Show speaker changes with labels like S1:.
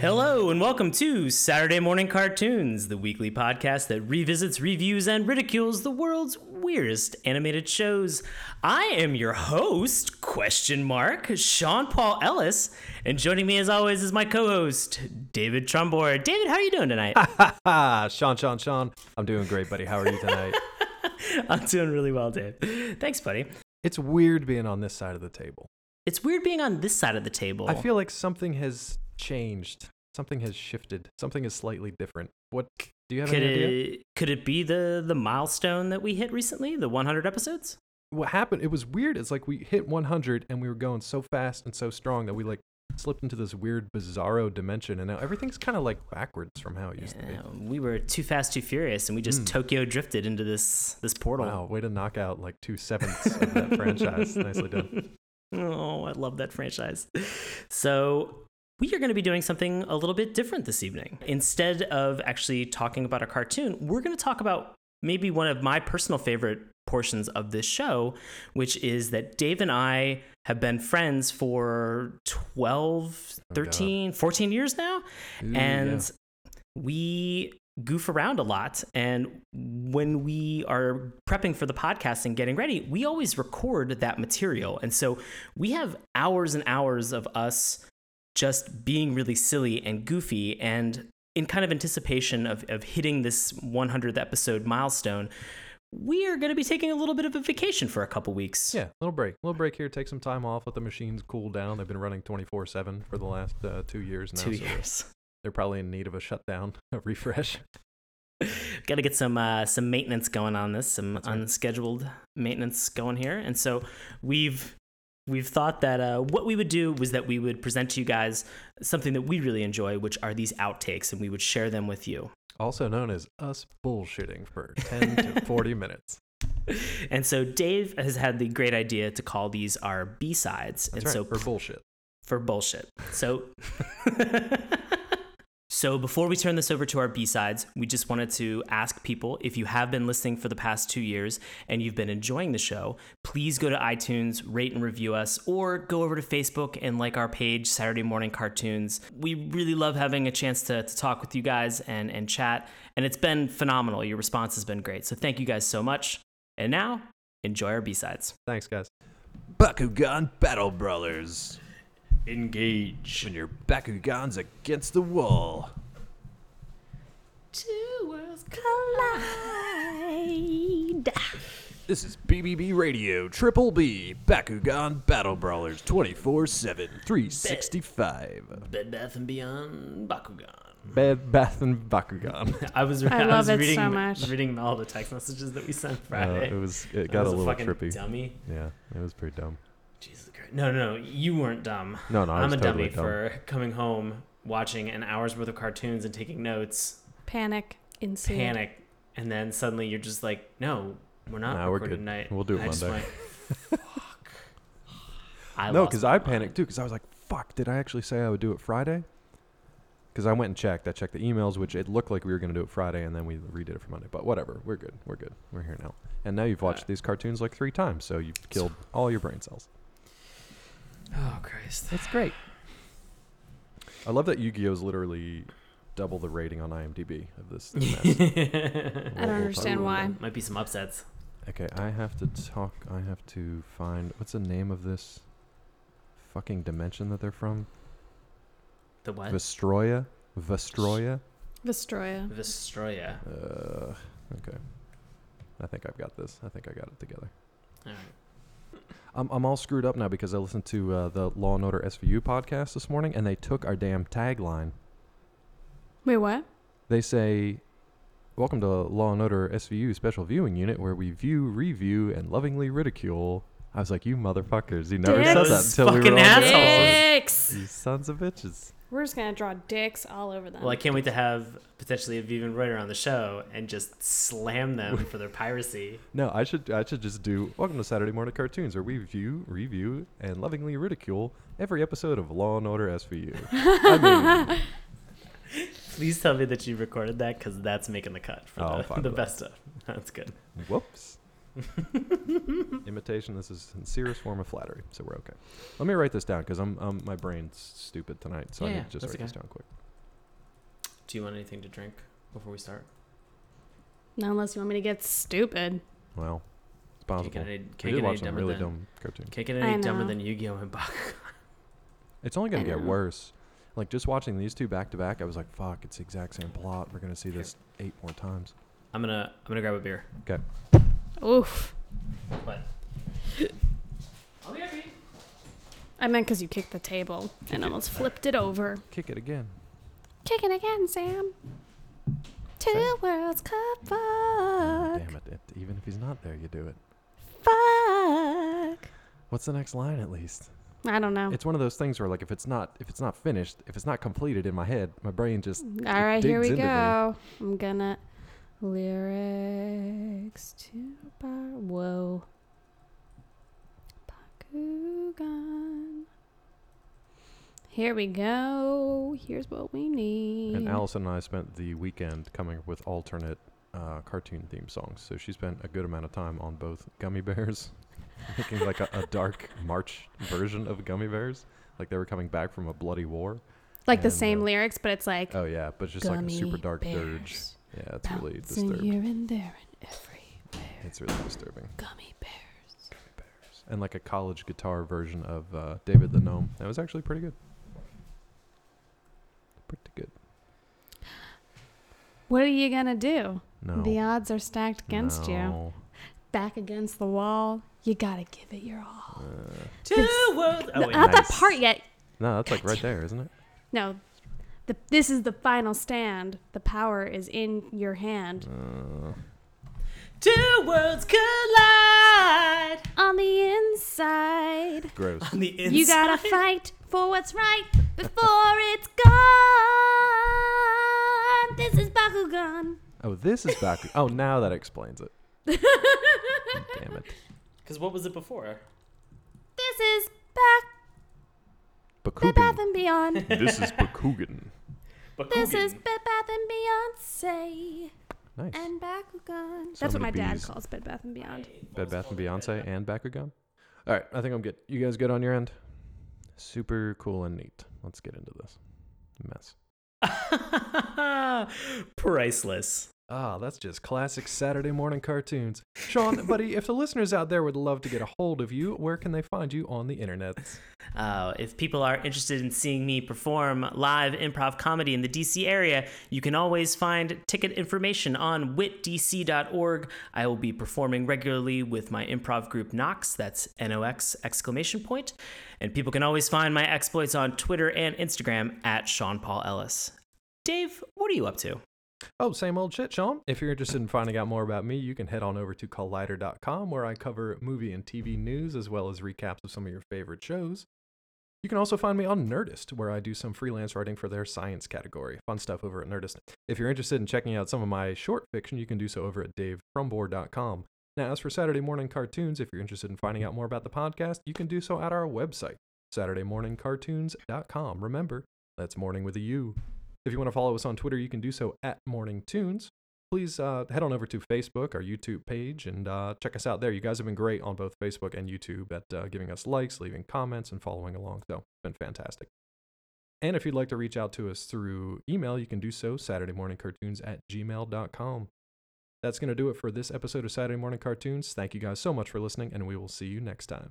S1: Hello, and welcome to Saturday Morning Cartoons, the weekly podcast that revisits, reviews, and ridicules the world's weirdest animated shows. I am your host, question mark, Sean Paul Ellis, and joining me as always is my co-host, David Trumbore. David, how are you doing tonight?
S2: Ah, Sean, Sean, Sean. I'm doing great, buddy. How are you tonight?
S1: I'm doing really well, Dave. Thanks, buddy.
S2: it's weird being on this side of the table.
S1: It's weird being on this side of the table.
S2: I feel like something has changed. Something has shifted. Something is slightly different. What do you have
S1: could
S2: any idea?
S1: it, could it be the the milestone that we hit recently, the 100 episodes?
S2: What happened? It was weird. It's like we hit 100 and we were going so fast and so strong that we like slipped into this weird bizarro dimension and now everything's kind of like backwards from how it used to be.
S1: Yeah, Um, we were too fast, too furious, and we just Tokyo drifted into this this portal.
S2: Mm. Wow, way to knock out like two sevenths of that franchise. Nicely done.
S1: Oh, I love that franchise. So, we are going to be doing something a little bit different this evening. Instead of actually talking about a cartoon, we're going to talk about maybe one of my personal favorite portions of this show, which is that Dave and I have been friends for 12,
S2: Oh, God.
S1: 13, 14 years now.
S2: Ooh, yeah.
S1: and we goof around a lot and when we are prepping for the podcast and getting ready we always record that material and so we have hours and hours of us just being really silly and goofy and in kind of anticipation of, of hitting this 100th episode milestone we are going to be taking a little bit of a vacation for a couple weeks
S2: Yeah, little break. Little break here. Take some time off. Let the machines cool down. They've been running 24 7 for the last uh, two years now.
S1: two
S2: so
S1: years
S2: They're probably in need of a shutdown, a refresh.
S1: got to get some uh, some maintenance going on this, some
S2: right.
S1: unscheduled maintenance going here. And so we've we've thought that uh, what we would do was that we would present to you guys something that we really enjoy, which are these outtakes, and we would share them with you.
S2: Also known as us bullshitting for 10 to 40 minutes.
S1: And so Dave has had the great idea to call these our B sides, and
S2: That's
S1: so
S2: right, for bullshit.
S1: for bullshit. So So before we turn this over to our B-sides, we just wanted to ask people if you have been listening for the past 2 years and you've been enjoying the show, please go to iTunes, rate and review us or go over to Facebook and like our page Saturday Morning Cartoons. We really love having a chance to to talk with you guys and and chat and it's been phenomenal. Your response has been great. So thank you guys so much. And now, enjoy our B-sides.
S2: Thanks, guys.
S3: Bakugan Battle Brothers. Engage. When your Bakugan's against the wall.
S1: Two worlds collide.
S3: This is BBB Radio Triple B Bakugan Battle Brawlers 24 7 365.
S1: Bed Bath and Beyond Bakugan.
S2: Bed, bath, and Bakugan.
S1: I was, I
S4: I
S1: was
S4: love it
S1: reading,
S4: so much.
S1: reading all the text messages that we sent
S2: Uh,
S1: Friday.
S2: it was. It
S1: I
S2: got a
S1: was
S2: little
S1: fucking
S2: trippy.
S1: Dummy.
S2: Yeah, it was pretty dumb.
S1: Jesus Christ. No, no, no. You weren't dumb.
S2: No, no, I
S1: I'm
S2: was
S1: a
S2: totally
S1: dummy
S2: dumb.
S1: for coming home, watching an hour's worth of cartoons and taking notes,
S4: Panic. Insane.
S1: panic, and then suddenly you're just like, no, we're not
S2: Nah, we're
S1: recording
S2: good.
S1: tonight.
S2: We'll do it
S1: And I just
S2: Monday.
S1: went, Fuck. I
S2: no,
S1: lost
S2: because
S1: my
S2: I
S1: mind.
S2: panicked too. Because I was like, "Fuck! Did I actually say I would do it Friday?" Because I went and checked. I checked the emails, which it looked like we were going to do it Friday, and then we redid it for Monday. But whatever, we're good. We're good. We're here now. And now you've watched
S1: Uh,
S2: these cartoons like three times, so you've killed all your brain cells.
S1: Oh Christ.
S2: It's great. I love that Yu-Gi-Oh is literally double the rating on IMDb of this. mess.
S4: I don't
S2: We'll- we'll
S4: understand
S2: talk
S4: why.
S2: about
S1: Might be some upsets.
S2: Okay, I have to talk. I have to find what's the name of this fucking dimension that they're from.
S1: The what?
S2: Vestroya. Vestroya.
S4: Vestroya.
S1: Vestroya.
S2: Uh, okay. I think I've got this. I think I got it together.
S1: All right.
S2: I'm, I'm all screwed up now because I listened to uh, the Law and Order SVU podcast this morning, and they took our damn tagline.
S4: Wait, what?
S2: They say, "Welcome to Law and Order SVU Special Viewing Unit, where we view, review, and lovingly ridicule." I was like, "You motherfuckers! You never said that
S1: Dicks.
S2: until we were on
S1: Fucking
S2: the
S1: assholes.
S2: episode.
S4: Dicks.
S2: You sons of bitches!
S4: We're just gonna draw dicks all over them.
S1: Well, I can't wait to have potentially a Vivian Reuter on the show and just slam them for their piracy.
S2: No, I should I should just do Welcome to Saturday Morning Cartoons, where we view, review, and lovingly ridicule every episode of Law and Order SVU." I mean,
S1: Please tell me that you recorded that because that's making the cut for
S2: I'll
S1: the,
S2: find
S1: the
S2: that.
S1: best of. That's good.
S2: Whoops. Imitation. This is sincerest form of flattery, so we're okay. Let me write this down because I'm um, my brain's stupid tonight, so
S1: Yeah,
S2: I
S1: yeah,
S2: need to just
S1: that's
S2: write this
S1: okay.
S2: down quick.
S1: Do you want anything to drink before we start?
S4: Not unless you want me to get stupid.
S2: Wow. It's
S1: Can't get
S2: possible.
S1: any,
S2: We
S1: can't
S2: did
S1: get any
S2: watch some
S1: dumber
S2: really
S1: than
S2: dumb cartoons.
S1: can't get
S4: I
S1: any dumber
S4: know.
S1: than Yu-Gi-Oh and Bakugan.
S2: It's only going
S4: I
S2: to get
S4: know.
S2: worse. Like just watching these two back to back, I was like, "Fuck, it's the exact same plot. We're going to see this eight more times."
S1: I'm gonna I'm gonna grab a beer.
S4: Oof.
S1: What? I'll be happy.
S4: I meant because you kicked the table and almost flipped it over.
S2: Kick it again.
S4: Kick it again, Sam. Two worlds could fuck.
S2: Damn it, it! Even if he's not there, you do it.
S4: Fuck.
S2: What's the next line? At least
S4: I don't
S1: Oh.
S4: know.
S2: it's one of those things where, like, if it's not if it's not finished, if it's not completed in my head, my brain just
S4: All right, here
S2: digs
S4: we
S2: into me.
S4: go. I'm gonna lyrics to bar. Whoa. Bakugan. Here we go. Here's what we need.
S2: And Allison and I spent the weekend coming up with alternate uh, cartoon theme songs. So she spent a good amount of time on both Gummy Bears, making like a, a dark March version of Gummy Bears, like they were coming back from a bloody war.
S4: like the
S2: and,
S4: same
S2: uh,
S4: lyrics, but it's like
S2: Oh yeah, but it's just like a super
S4: gummy
S2: dark dirge.
S4: bears
S2: Yeah, it's really
S4: bouncing
S2: disturbing.
S4: here and there and everywhere.
S2: It's really disturbing.
S4: Gummy bear.
S2: And like a college guitar version of uh, David the Gnome. That was actually pretty good. Pretty good.
S4: What are you gonna do?
S2: No.
S4: The odds are stacked against you.
S2: no.
S4: Back against the wall. You gotta give it your all.
S2: Uh,
S1: Two worlds. Oh
S4: No,
S1: wait,
S4: not
S1: no.
S4: that
S2: Nice.
S4: part yet.
S2: no, that's like right there, isn't it?
S4: No. The, this is the final stand. The power is in your hand.
S2: Uh,
S1: Two worlds collide
S4: On the inside,
S2: gross.
S1: on the inside.
S4: you gotta fight for what's right before it's gone. This is Bakugan.
S2: Oh, this is back. oh, now that explains it. Damn it.
S1: Because what was it before?
S4: This is back Bed Bath
S2: Bakugan.
S4: and Beyond.
S2: this is Bakugan.
S4: this is
S1: Bakugan.
S4: Bed Bath and Beyonce
S2: Nice.
S4: and Bakugan.
S2: So
S4: That's what my
S2: many
S4: dad
S2: Bs.
S4: calls Bed Bath and Beyond.
S2: Bed Bath and Beyonce and Bakugan. All right, I think I'm good. You guys good on your end? Super cool and neat. Let's get into this mess.
S1: Priceless.
S2: Ah, that's just classic Saturday morning cartoons. Sean, buddy, if the listeners out there would love to get a hold of you, where can they find you on the internet?
S1: Uh, if people are interested in seeing me perform live improv comedy in the DC area, you can always find ticket information on witdc.org. I will be performing regularly with my improv group Nox, that's N O X exclamation point. And people can always find my exploits on Twitter and Instagram at Sean Paul Ellis. Dave, what are you up to?
S2: Oh, same old shit, Sean. If you're interested in finding out more about me, you can head on over to collider.com where I cover movie and TV news as well as recaps of some of your favorite shows. You can also find me on Nerdist, where I do some freelance writing for their science category. Fun stuff over at Nerdist. If you're interested in checking out some of my short fiction, you can do so over at davefrumbore.com. Now, as for Saturday morning cartoons, if you're interested in finding out more about the podcast, you can do so at our website, SaturdayMorningCartoons.com. Remember, that's morning with a U. If you want to follow us on Twitter, you can do so at Morning Tunes. Please uh, head on over to Facebook, our YouTube page, and uh, check us out there. You guys have been great on both Facebook and YouTube at uh, giving us likes, leaving comments, and following along. So it's been fantastic. And if you'd like to reach out to us through email, you can do so Saturday Morning Cartoons at gmail.com. That's going to do it for this episode of Saturday Morning Cartoons. Thank you guys so much for listening, and we will see you next time.